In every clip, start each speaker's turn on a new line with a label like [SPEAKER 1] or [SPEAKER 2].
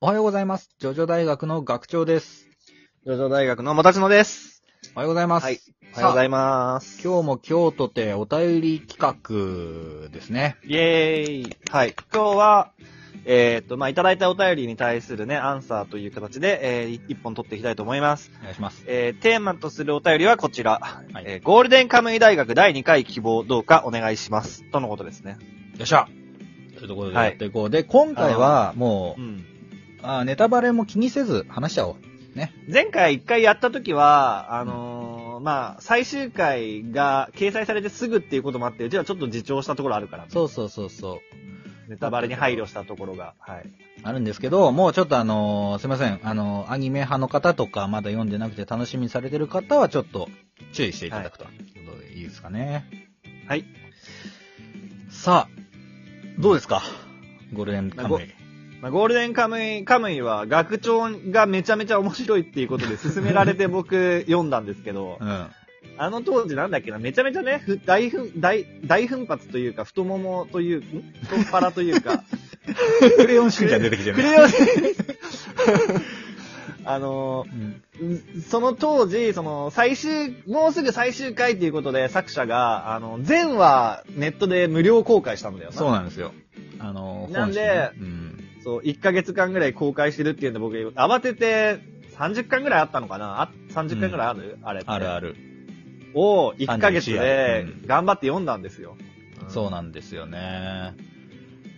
[SPEAKER 1] おはようございます。ジョジョ大学の学長です。
[SPEAKER 2] 上ョ大学のもたちのです。
[SPEAKER 1] おはようございます。
[SPEAKER 2] はいおは
[SPEAKER 1] さ
[SPEAKER 2] よう
[SPEAKER 1] あ
[SPEAKER 2] ございます。
[SPEAKER 1] 今日も京都てお便り企画ですね。
[SPEAKER 2] イェーイ。はい。今日は、えーっと、まあ、いただいたお便りに対するね、アンサーという形で、えー、一本取っていきたいと思います。
[SPEAKER 1] お願いします。
[SPEAKER 2] えー、テーマとするお便りはこちら。
[SPEAKER 1] はい
[SPEAKER 2] えー、ゴールデンカムイ大学第2回希望どうかお願いします。とのことですね。
[SPEAKER 1] よっしゃというところで
[SPEAKER 2] はい
[SPEAKER 1] やっていこう。で、今回はも
[SPEAKER 2] う
[SPEAKER 1] う、
[SPEAKER 2] ん。
[SPEAKER 1] あーネタバレも気にせず話しちゃおう。
[SPEAKER 2] 前回一回やった時は、あのーまあ、最終回が掲載されてすぐっていうこともあって、うちはちょっと自重したところあるから、
[SPEAKER 1] そうそうそうそう。
[SPEAKER 2] ネタバレに配慮したところが。はい。
[SPEAKER 1] あるんですけど、もうちょっとあのーすいません。あのーアニメ派の方とか、まだ読んでなくて楽しみにされてる方は、ちょっと注意していただくということでいいですかね。
[SPEAKER 2] はい。
[SPEAKER 1] さあ、どうですかゴールデンカムイ。
[SPEAKER 2] まあ、ゴールデンカムイ、カムイは学長がめちゃめちゃ面白いっていうことで勧められて僕読んだんですけど
[SPEAKER 1] う、ん。
[SPEAKER 2] あの当時なんだっけな、めちゃめちゃね、ふ大奮、大、大奮発というか、太ももという、ん太っ腹というか、
[SPEAKER 1] クレヨンしんちゃん出てきて
[SPEAKER 2] ク
[SPEAKER 1] る。
[SPEAKER 2] レヨンあの
[SPEAKER 1] うん
[SPEAKER 2] ーその当時、その最終、もうすぐ最終回ということで作者が、あの、全話ネットで無料公開したんだよな。
[SPEAKER 1] そうなんですよ。あの、
[SPEAKER 2] な
[SPEAKER 1] 本
[SPEAKER 2] んで
[SPEAKER 1] 誌ねうん。
[SPEAKER 2] そう、1ヶ月間ぐらい公開してるっていうんで、僕、慌てて、30巻ぐらいあったのかなあ ?30 巻ぐらいある、あれって。
[SPEAKER 1] あるある。
[SPEAKER 2] を、1ヶ月で
[SPEAKER 1] 31、
[SPEAKER 2] 頑張って読んだんですよ。
[SPEAKER 1] そうなんですよね。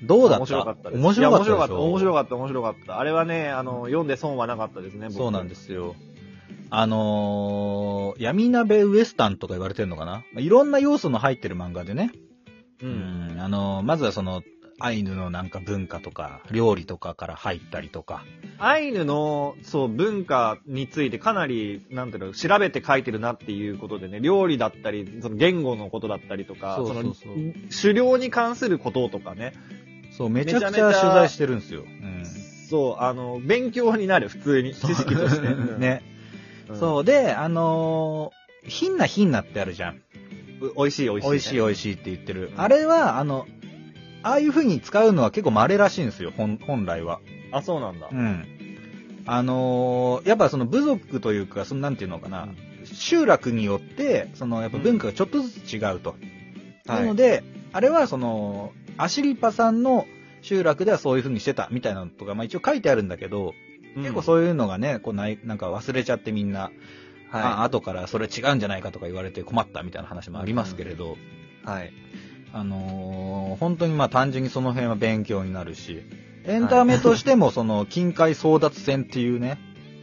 [SPEAKER 1] どうだった
[SPEAKER 2] 面白かったです。
[SPEAKER 1] 面白かったでしょ
[SPEAKER 2] いや面白かった、面白かった、面白かった。あれはね、あの、読んで損はなかったですね、僕
[SPEAKER 1] そうなんですよ。あのー、闇鍋ウエスタンとか言われてるのかな、まあ、いろんな要素の入ってる漫画でね。
[SPEAKER 2] う。
[SPEAKER 1] うんん。あのーまずはその、アイヌのなんか文化とか、料理とかから入ったりとか。
[SPEAKER 2] アイヌの、そう、文化についてかなり、なんていうの、調べて書いてるなっていうことでね、料理だったり、その言語のことだったりとか、
[SPEAKER 1] そうそうそう
[SPEAKER 2] の、狩猟に関することとかね、
[SPEAKER 1] そう、めちゃく
[SPEAKER 2] め
[SPEAKER 1] ち
[SPEAKER 2] ちゃ
[SPEAKER 1] ゃ
[SPEAKER 2] めちゃ
[SPEAKER 1] 取材してるんですよ。うん。
[SPEAKER 2] そう、あの、勉強になる、普通に。知識 として。うん
[SPEAKER 1] ね。
[SPEAKER 2] うん
[SPEAKER 1] そう。で、あのー、ひんなひんなってあるじゃん。
[SPEAKER 2] う。美味しい、美味しいね。
[SPEAKER 1] 美味しい美味しいって言ってる。
[SPEAKER 2] うん
[SPEAKER 1] あれは、あの、ああいう風に使うのは結構稀らしいんですよ、本本来は。
[SPEAKER 2] あ、そうなんだ
[SPEAKER 1] う。ん。あのーやっぱその部族というか、そのなんていうのかな、集落によって、そのやっぱ文化がちょっとずつ違うと。なの
[SPEAKER 2] で、
[SPEAKER 1] で、あれはその、アシリパさんの集落ではそういう風にしてたみたいなのとか、まあ一応書いてあるんだけど、結構
[SPEAKER 2] う
[SPEAKER 1] そういうのがね、こうない、なんか忘れちゃってみんな、
[SPEAKER 2] ん。
[SPEAKER 1] あ
[SPEAKER 2] は
[SPEAKER 1] 後からそれ違うんじゃないかとか言われて困ったみたいな話もありますけれど、
[SPEAKER 2] い。はい。
[SPEAKER 1] あのー本当にまあ単純にその辺は勉強になるし、エンタメとしてもその、近海争奪戦っていうね、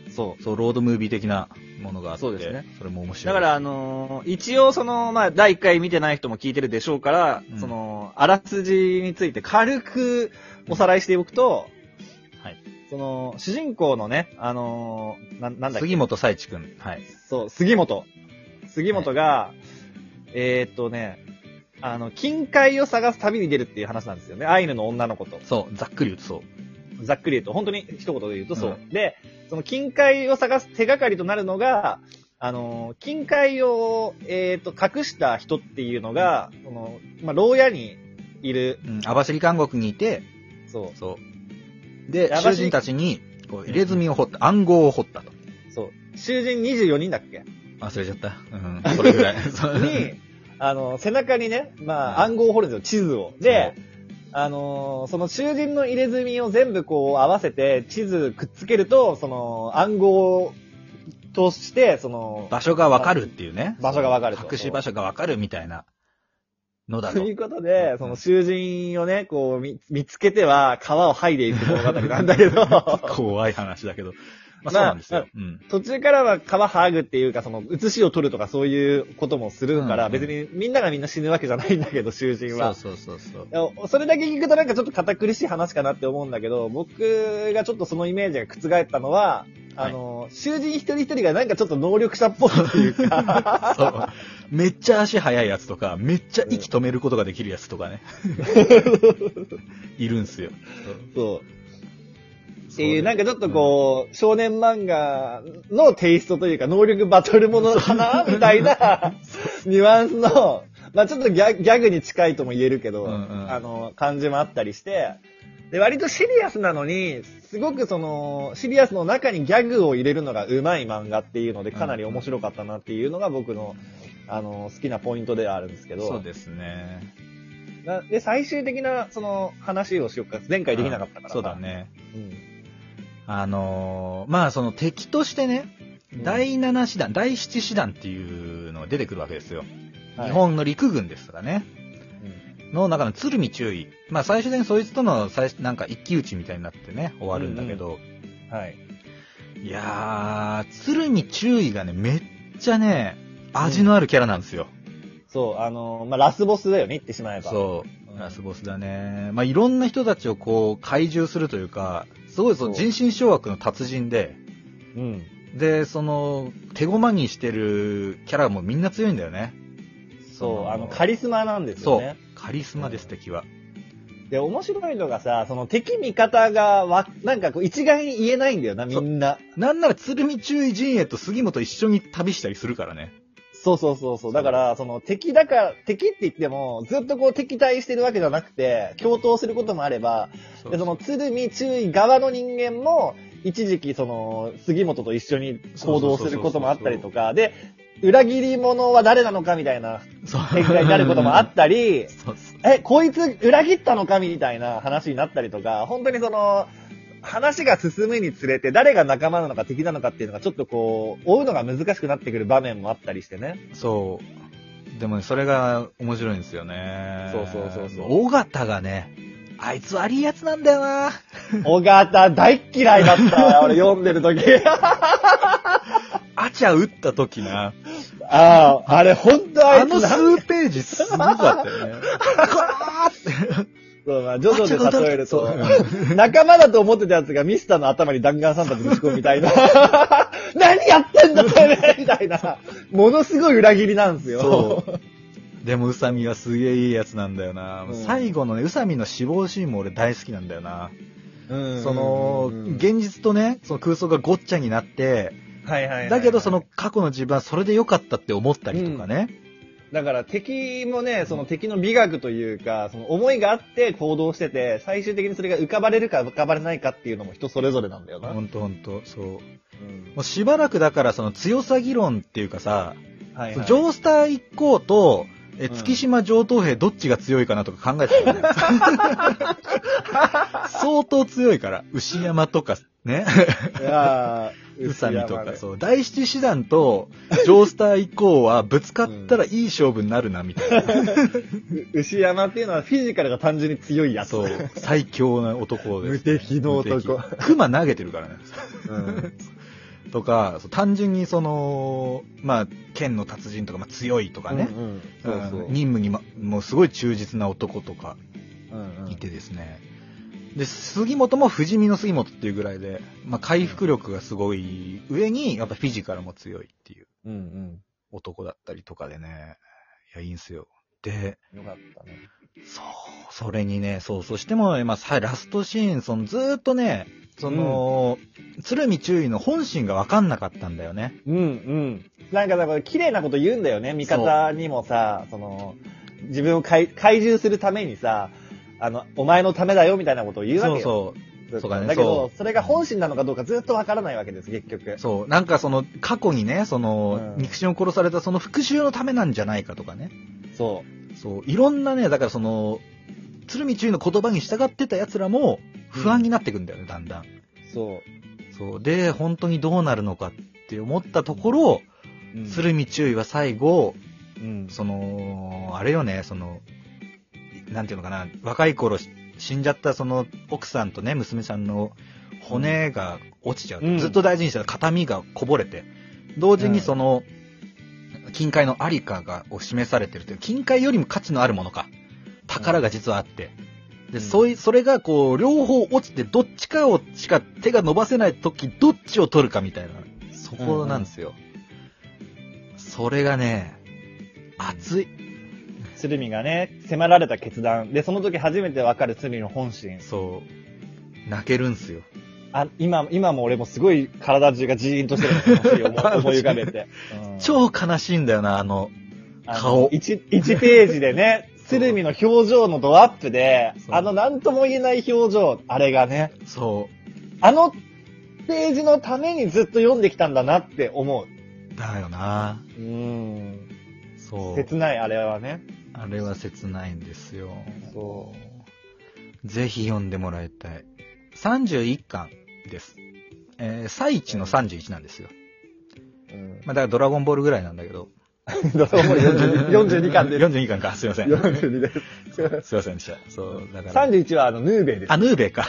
[SPEAKER 2] そ
[SPEAKER 1] そう、ロードムービー的なものがあって、
[SPEAKER 2] そうですね
[SPEAKER 1] それも面
[SPEAKER 2] う。
[SPEAKER 1] 白
[SPEAKER 2] だ
[SPEAKER 1] い。
[SPEAKER 2] から、あのー一応その、まあ、第1回見てない人も聞いてるでしょうから、
[SPEAKER 1] うん
[SPEAKER 2] その、あらすじについて軽くおさらいしておくと、
[SPEAKER 1] はい。
[SPEAKER 2] その、主人公のね、あのーな、なんだっけ
[SPEAKER 1] 杉本彩地くん。はい。
[SPEAKER 2] そう、杉本。杉本が、えーっとね、あの、近海を探す旅に出るっていう話なんですよね。アイヌの女の子と。
[SPEAKER 1] そう、ざっくり言うとそう。
[SPEAKER 2] ざっくり言うと、本当に一言で言うとそう。
[SPEAKER 1] う
[SPEAKER 2] で、その近海を探す手がかりとなるのが、あのー、近海を、えーっと、隠した人っていうのが、その、まあ、牢屋にいる、
[SPEAKER 1] うん、網走監獄にいて、
[SPEAKER 2] そ
[SPEAKER 1] そう。で、
[SPEAKER 2] 網走
[SPEAKER 1] 囚人たちに、こう、入れ墨を掘った、暗号を掘ったと。
[SPEAKER 2] う、そう、囚人24人だっけ
[SPEAKER 1] 忘れちゃった。うん、それぐらい。そう
[SPEAKER 2] に、あの、背中にね、まあ、
[SPEAKER 1] うん
[SPEAKER 2] 暗号を掘るんですよ、地図を。で、あのーその囚人の入れ墨を全部こう合わせて、地図くっつけると、その暗号として、その、
[SPEAKER 1] 場所がわかるっていうね。
[SPEAKER 2] 場所がわかると
[SPEAKER 1] 隠し場所がわかるみたいなのだ
[SPEAKER 2] と
[SPEAKER 1] と。
[SPEAKER 2] いうこと
[SPEAKER 1] う
[SPEAKER 2] で
[SPEAKER 1] ん、
[SPEAKER 2] その囚人をね、こう見見つけては皮を剥いでいく物語なんだけど、
[SPEAKER 1] 怖い話だけど。まあ、
[SPEAKER 2] まあ
[SPEAKER 1] そうなんですよ。
[SPEAKER 2] ま
[SPEAKER 1] うん。
[SPEAKER 2] 途中からは皮剥ぐっていうか、その写しを取るとかそういうこともするから、
[SPEAKER 1] うんうん
[SPEAKER 2] 別にみんながみんな死ぬわけじゃないんだけど、囚人は。
[SPEAKER 1] そうそうそうそう。
[SPEAKER 2] それだけ聞くとなんかちょっと堅苦しい話かなって思うんだけど、僕がちょっとそのイメージが覆ったのは、
[SPEAKER 1] はい
[SPEAKER 2] あの、囚人一人一人がなんかちょっと能力者っぽいってい うか、
[SPEAKER 1] そう。めっちゃ足速いやつとか、めっちゃ息止めることができるやつとかね。いるんすよ。
[SPEAKER 2] そう。っていう、なんかちょっとこう、少年漫画のテイストというか、能力バトルものかなみたい な、ニュアンスの、まあちょっとギャギャグに近いとも言えるけど、
[SPEAKER 1] うんうん
[SPEAKER 2] あの、感じもあったりして、で、割とシリアスなのに、すごくその、シリアスの中にギャグを入れるのがうまい漫画っていうので、かなり面白かったなっていうのが僕の、あの、好きなポイントではあるんですけど。
[SPEAKER 1] そうですね。
[SPEAKER 2] なで、最終的な、その、話をしようか。前回できなかったから。
[SPEAKER 1] そうだ。ね。
[SPEAKER 2] うん。
[SPEAKER 1] あのーまあその敵としてね、
[SPEAKER 2] うん
[SPEAKER 1] 第7師団、第7師団っていうのが出てくるわけですよ。
[SPEAKER 2] はい
[SPEAKER 1] 日本の陸軍ですからね。の中の鶴見注意。まあ最終的にそいつとの最、なんか一騎打ちみたいになってね、終わるんだけど。
[SPEAKER 2] うんはい。
[SPEAKER 1] いやー、鶴見注意がね、めっちゃね、味のあるキャラなんですよ。
[SPEAKER 2] そう、あの、まあ、ラスボスだよね、言ってしまえば。
[SPEAKER 1] そうう。
[SPEAKER 2] ん
[SPEAKER 1] ラスボスだね。まあいろんな人たちをこう、怪獣するというか、すごいその人心掌握の達人で、
[SPEAKER 2] う。うん。
[SPEAKER 1] で、その、手駒にしてるキャラもみんな強いんだよね。
[SPEAKER 2] そう、あの、カリスマなんです
[SPEAKER 1] そ
[SPEAKER 2] よ
[SPEAKER 1] う
[SPEAKER 2] ね。。
[SPEAKER 1] カリスマです、敵は。
[SPEAKER 2] で、面白いのがさ、その敵味方がわ、なんかこう、一概に言えないんだよな、みんな。
[SPEAKER 1] なんなら鶴見中尉陣営と杉本一緒に旅したりするからね。
[SPEAKER 2] そうそうそうそう。だから、その敵だから、敵って言っても、ずっとこう敵対してるわけじゃなくて、共闘することもあれば、
[SPEAKER 1] そ
[SPEAKER 2] でその鶴見注意側の人間も、一時期その、杉本と一緒に行動することもあったりとか、で、裏切り者は誰なのかみたいな
[SPEAKER 1] そう
[SPEAKER 2] 展開になることもあったり、
[SPEAKER 1] そうそう
[SPEAKER 2] え、こいつ裏切ったのかみたいな話になったりとか、本当にその、話が進むにつれて誰が仲間なのか敵なのかっていうのがちょっとこう、追うのが難しくなってくる場面もあったりしてね。
[SPEAKER 1] そう。でもね、それが面白いんですよね。
[SPEAKER 2] そうそうそうそう
[SPEAKER 1] 尾形がね、あいつ悪いやつなんだよな。
[SPEAKER 2] 小形大嫌いだった。俺読んでる 時。
[SPEAKER 1] アチャ打った時な。
[SPEAKER 2] ああ、あれ本当あ
[SPEAKER 1] あ
[SPEAKER 2] い
[SPEAKER 1] の
[SPEAKER 2] つなん
[SPEAKER 1] 数ページすごかったよね。こらーって。
[SPEAKER 2] そうだな、ジョジョで例える
[SPEAKER 1] あ
[SPEAKER 2] と
[SPEAKER 1] ちょっと待っ、
[SPEAKER 2] 仲間だと思ってたやつがミスターの頭に弾丸三発ぶち込むみ たいな。何やってんだてめえみたいな。ものすごい裏切りなんですよ。
[SPEAKER 1] そう。でも、宇佐美はすげえいいやつなんだよな。
[SPEAKER 2] うん
[SPEAKER 1] 最後のね、宇佐美の死亡シーンも俺大好きなんだよな。
[SPEAKER 2] うん
[SPEAKER 1] その、現実とね、その空想がごっちゃになって、
[SPEAKER 2] はいはいはいはい
[SPEAKER 1] だけどその、過去の自分はそれで良かったって思ったりとかね。
[SPEAKER 2] だから敵もね、その敵の美学というか、その思いがあって行動してて、最終的にそれが浮かばれるか浮かばれないかっていうのも人それぞれなんだよな。
[SPEAKER 1] ほんとほんと、そう。も
[SPEAKER 2] うん
[SPEAKER 1] うしばらくだからその強さ議論っていうかさ、
[SPEAKER 2] はい
[SPEAKER 1] その
[SPEAKER 2] はい
[SPEAKER 1] ジョースター一行と、え、
[SPEAKER 2] うん
[SPEAKER 1] 月島上等兵どっちが強いかなとか考えて たよね、相当強いから、牛山とかね。
[SPEAKER 2] いやー
[SPEAKER 1] 宇佐美と
[SPEAKER 2] 内山
[SPEAKER 1] か、
[SPEAKER 2] ね
[SPEAKER 1] そう、第七師団と、ジョースター以降は、ぶつかったらいい勝負になるな、みたいな。
[SPEAKER 2] う牛山っていうのはフィジカルが単純に強いやつ。
[SPEAKER 1] そう、最強な男です、
[SPEAKER 2] 無敵の男
[SPEAKER 1] 無敵。熊投げてるからね。
[SPEAKER 2] うん
[SPEAKER 1] とか、そう単純にその、まあ、剣の達人とか、まあ、強いとかね。
[SPEAKER 2] うんうんそうそう
[SPEAKER 1] うん任務にも、もうすごい忠実な男とか、
[SPEAKER 2] うんうん
[SPEAKER 1] いてですね。で、杉本も不死身の杉本っていうぐらいで、まあ、回復力がすごい上に、やっぱフィジカルも強いっていう。
[SPEAKER 2] うん
[SPEAKER 1] 男だったりとかでね、いや、いいんすよ。で、
[SPEAKER 2] うん。よかったね。
[SPEAKER 1] そう、それにね、そう、そしてもう、まあ、さラストシーン、その、ずーっとね、その、鶴見注意の本心がわかんなかったんだよね。
[SPEAKER 2] うんうん。なんかだから綺麗なこと言うんだよね。味方にもさ、その、自分を怪怪獣するためにさ、あの、お前のためだよみたいなことを言うわけ
[SPEAKER 1] そ
[SPEAKER 2] よ。
[SPEAKER 1] うそ
[SPEAKER 2] ずっと
[SPEAKER 1] そうだね
[SPEAKER 2] だけど
[SPEAKER 1] そ、う
[SPEAKER 2] それが本心なのかどうかずっとわからないわけです、結局
[SPEAKER 1] う。。そう、なんかその、過去にね、その、
[SPEAKER 2] うん
[SPEAKER 1] 肉親を殺されたその復讐のためなんじゃないかとかね。
[SPEAKER 2] そ
[SPEAKER 1] そう、いろんなね、だからその、鶴見注意の言葉に従ってた奴らも、不安になってくんだよね、だんだん。
[SPEAKER 2] う。そ
[SPEAKER 1] そう、で、本当にどうなるのかって思ったところ、
[SPEAKER 2] う。うん
[SPEAKER 1] 鶴見注意は最後、
[SPEAKER 2] うん。
[SPEAKER 1] その、あれよね、その、なんていうのかな、若い頃し死んじゃったその奥さんとね、娘さんの骨が落ちちゃう。
[SPEAKER 2] うん
[SPEAKER 1] ずっと大事にしてた形見がこぼれて、同時にその、金塊のありかが、を示されてるという、金塊よりも価値のあるものか、宝が実はあって、
[SPEAKER 2] う
[SPEAKER 1] で、
[SPEAKER 2] ん
[SPEAKER 1] そうい、それがこう、両方落ちて、どっちかを、しか手が伸ばせないとき、どっちを取るかみたいな、そこなんですよ。それがね、熱い。
[SPEAKER 2] 鶴見がね、迫られた決断。で、その時初めてわかる鶴見の本心。
[SPEAKER 1] そう。泣けるんすよ。
[SPEAKER 2] あ、今、今も俺もすごい体中がジーンとしてるの を思い思い浮かべて。うん
[SPEAKER 1] 超悲しいんだよな、あの。
[SPEAKER 2] あの
[SPEAKER 1] 顔
[SPEAKER 2] 一、一ページでね、鶴見の表情のドアップで、
[SPEAKER 1] そう
[SPEAKER 2] あのなんとも言えない表情、あれがね、
[SPEAKER 1] そ
[SPEAKER 2] あのページのためにずっと読んできたんだなって思う。
[SPEAKER 1] う。だよな。
[SPEAKER 2] うーん。
[SPEAKER 1] そう。
[SPEAKER 2] 切ない、あれはね。
[SPEAKER 1] あれは切ないんですよ。。
[SPEAKER 2] そう
[SPEAKER 1] ぜひ読んでもらいたい。31巻です。えー、最一の31なんですよ。
[SPEAKER 2] うん。
[SPEAKER 1] まあ、だからドラゴンボールぐらいなんだけど。
[SPEAKER 2] どうも42 42巻 です。
[SPEAKER 1] 42巻か。すいません。
[SPEAKER 2] 42です。
[SPEAKER 1] すいませんでした。そう、だから。
[SPEAKER 2] 31はあの、ヌーベイです
[SPEAKER 1] あ、。ヌーベか。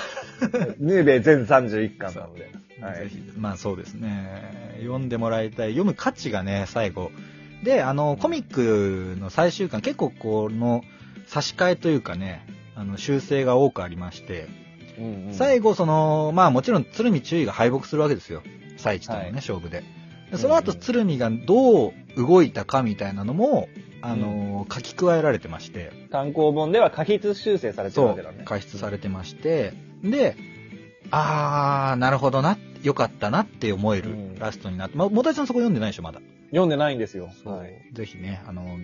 [SPEAKER 2] ヌーベイ全31巻なので。は
[SPEAKER 1] ぜ
[SPEAKER 2] い。
[SPEAKER 1] ひまあそうですね。読んでもらいたい。読む価値がね、最後。で、あの、コミックの最終巻、結構この差し替えというかね、あの、修正が多くありまして、
[SPEAKER 2] うんうん
[SPEAKER 1] 最後、その、まあもちろん鶴見注意が敗北するわけですよ。最一とのね、
[SPEAKER 2] はい
[SPEAKER 1] 勝負で。でその後、
[SPEAKER 2] うんうん
[SPEAKER 1] 鶴見がどう動いたかみたいなのも、あの、書き加えられてまして、
[SPEAKER 2] 単行本では過筆修正されてる
[SPEAKER 1] そ
[SPEAKER 2] わけだ
[SPEAKER 1] う
[SPEAKER 2] ね、。
[SPEAKER 1] 加筆されてまして、で、あー、なるほどな、よかったなって思え
[SPEAKER 2] う
[SPEAKER 1] る
[SPEAKER 2] ん
[SPEAKER 1] ラストになって、まあ、もたさんそこ読んでないでしょ、まだ。
[SPEAKER 2] 読んでないんですよ。はい。
[SPEAKER 1] ぜひね、あの、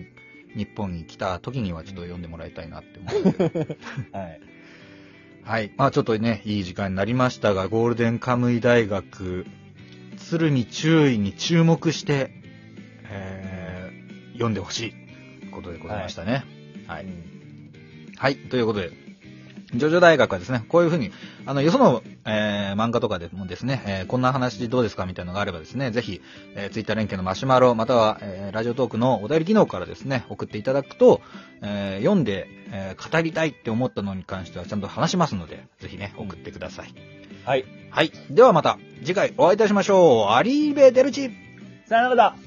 [SPEAKER 1] 日本に来た時にはちょっと読んでもらいたいなって思うんですけど
[SPEAKER 2] はい。
[SPEAKER 1] はい。まあちょっとね、いい時間になりましたが、ゴールデンカムイ大学、鶴見注意に注目して、えー、読んでほしい、ことでございましたね。はいはい。ということで、ジョジョ大学はですね、こういうふうに、あの、よその、えー漫画とかでもですね、えーこんな話どうですかみたいなのがあればですね、ぜひ、えー、ツイッター連携のマシュマロ、または、えーラジオトークのお便り機能からですね、送っていただくと、えー読んで、えー語りたいって思ったのに関してはちゃんと話しますので、ぜひね、送ってください。
[SPEAKER 2] はい。
[SPEAKER 1] はい。ではまた、次回お会いいたしましょう。アリーベ・デルチ。
[SPEAKER 2] さよならだ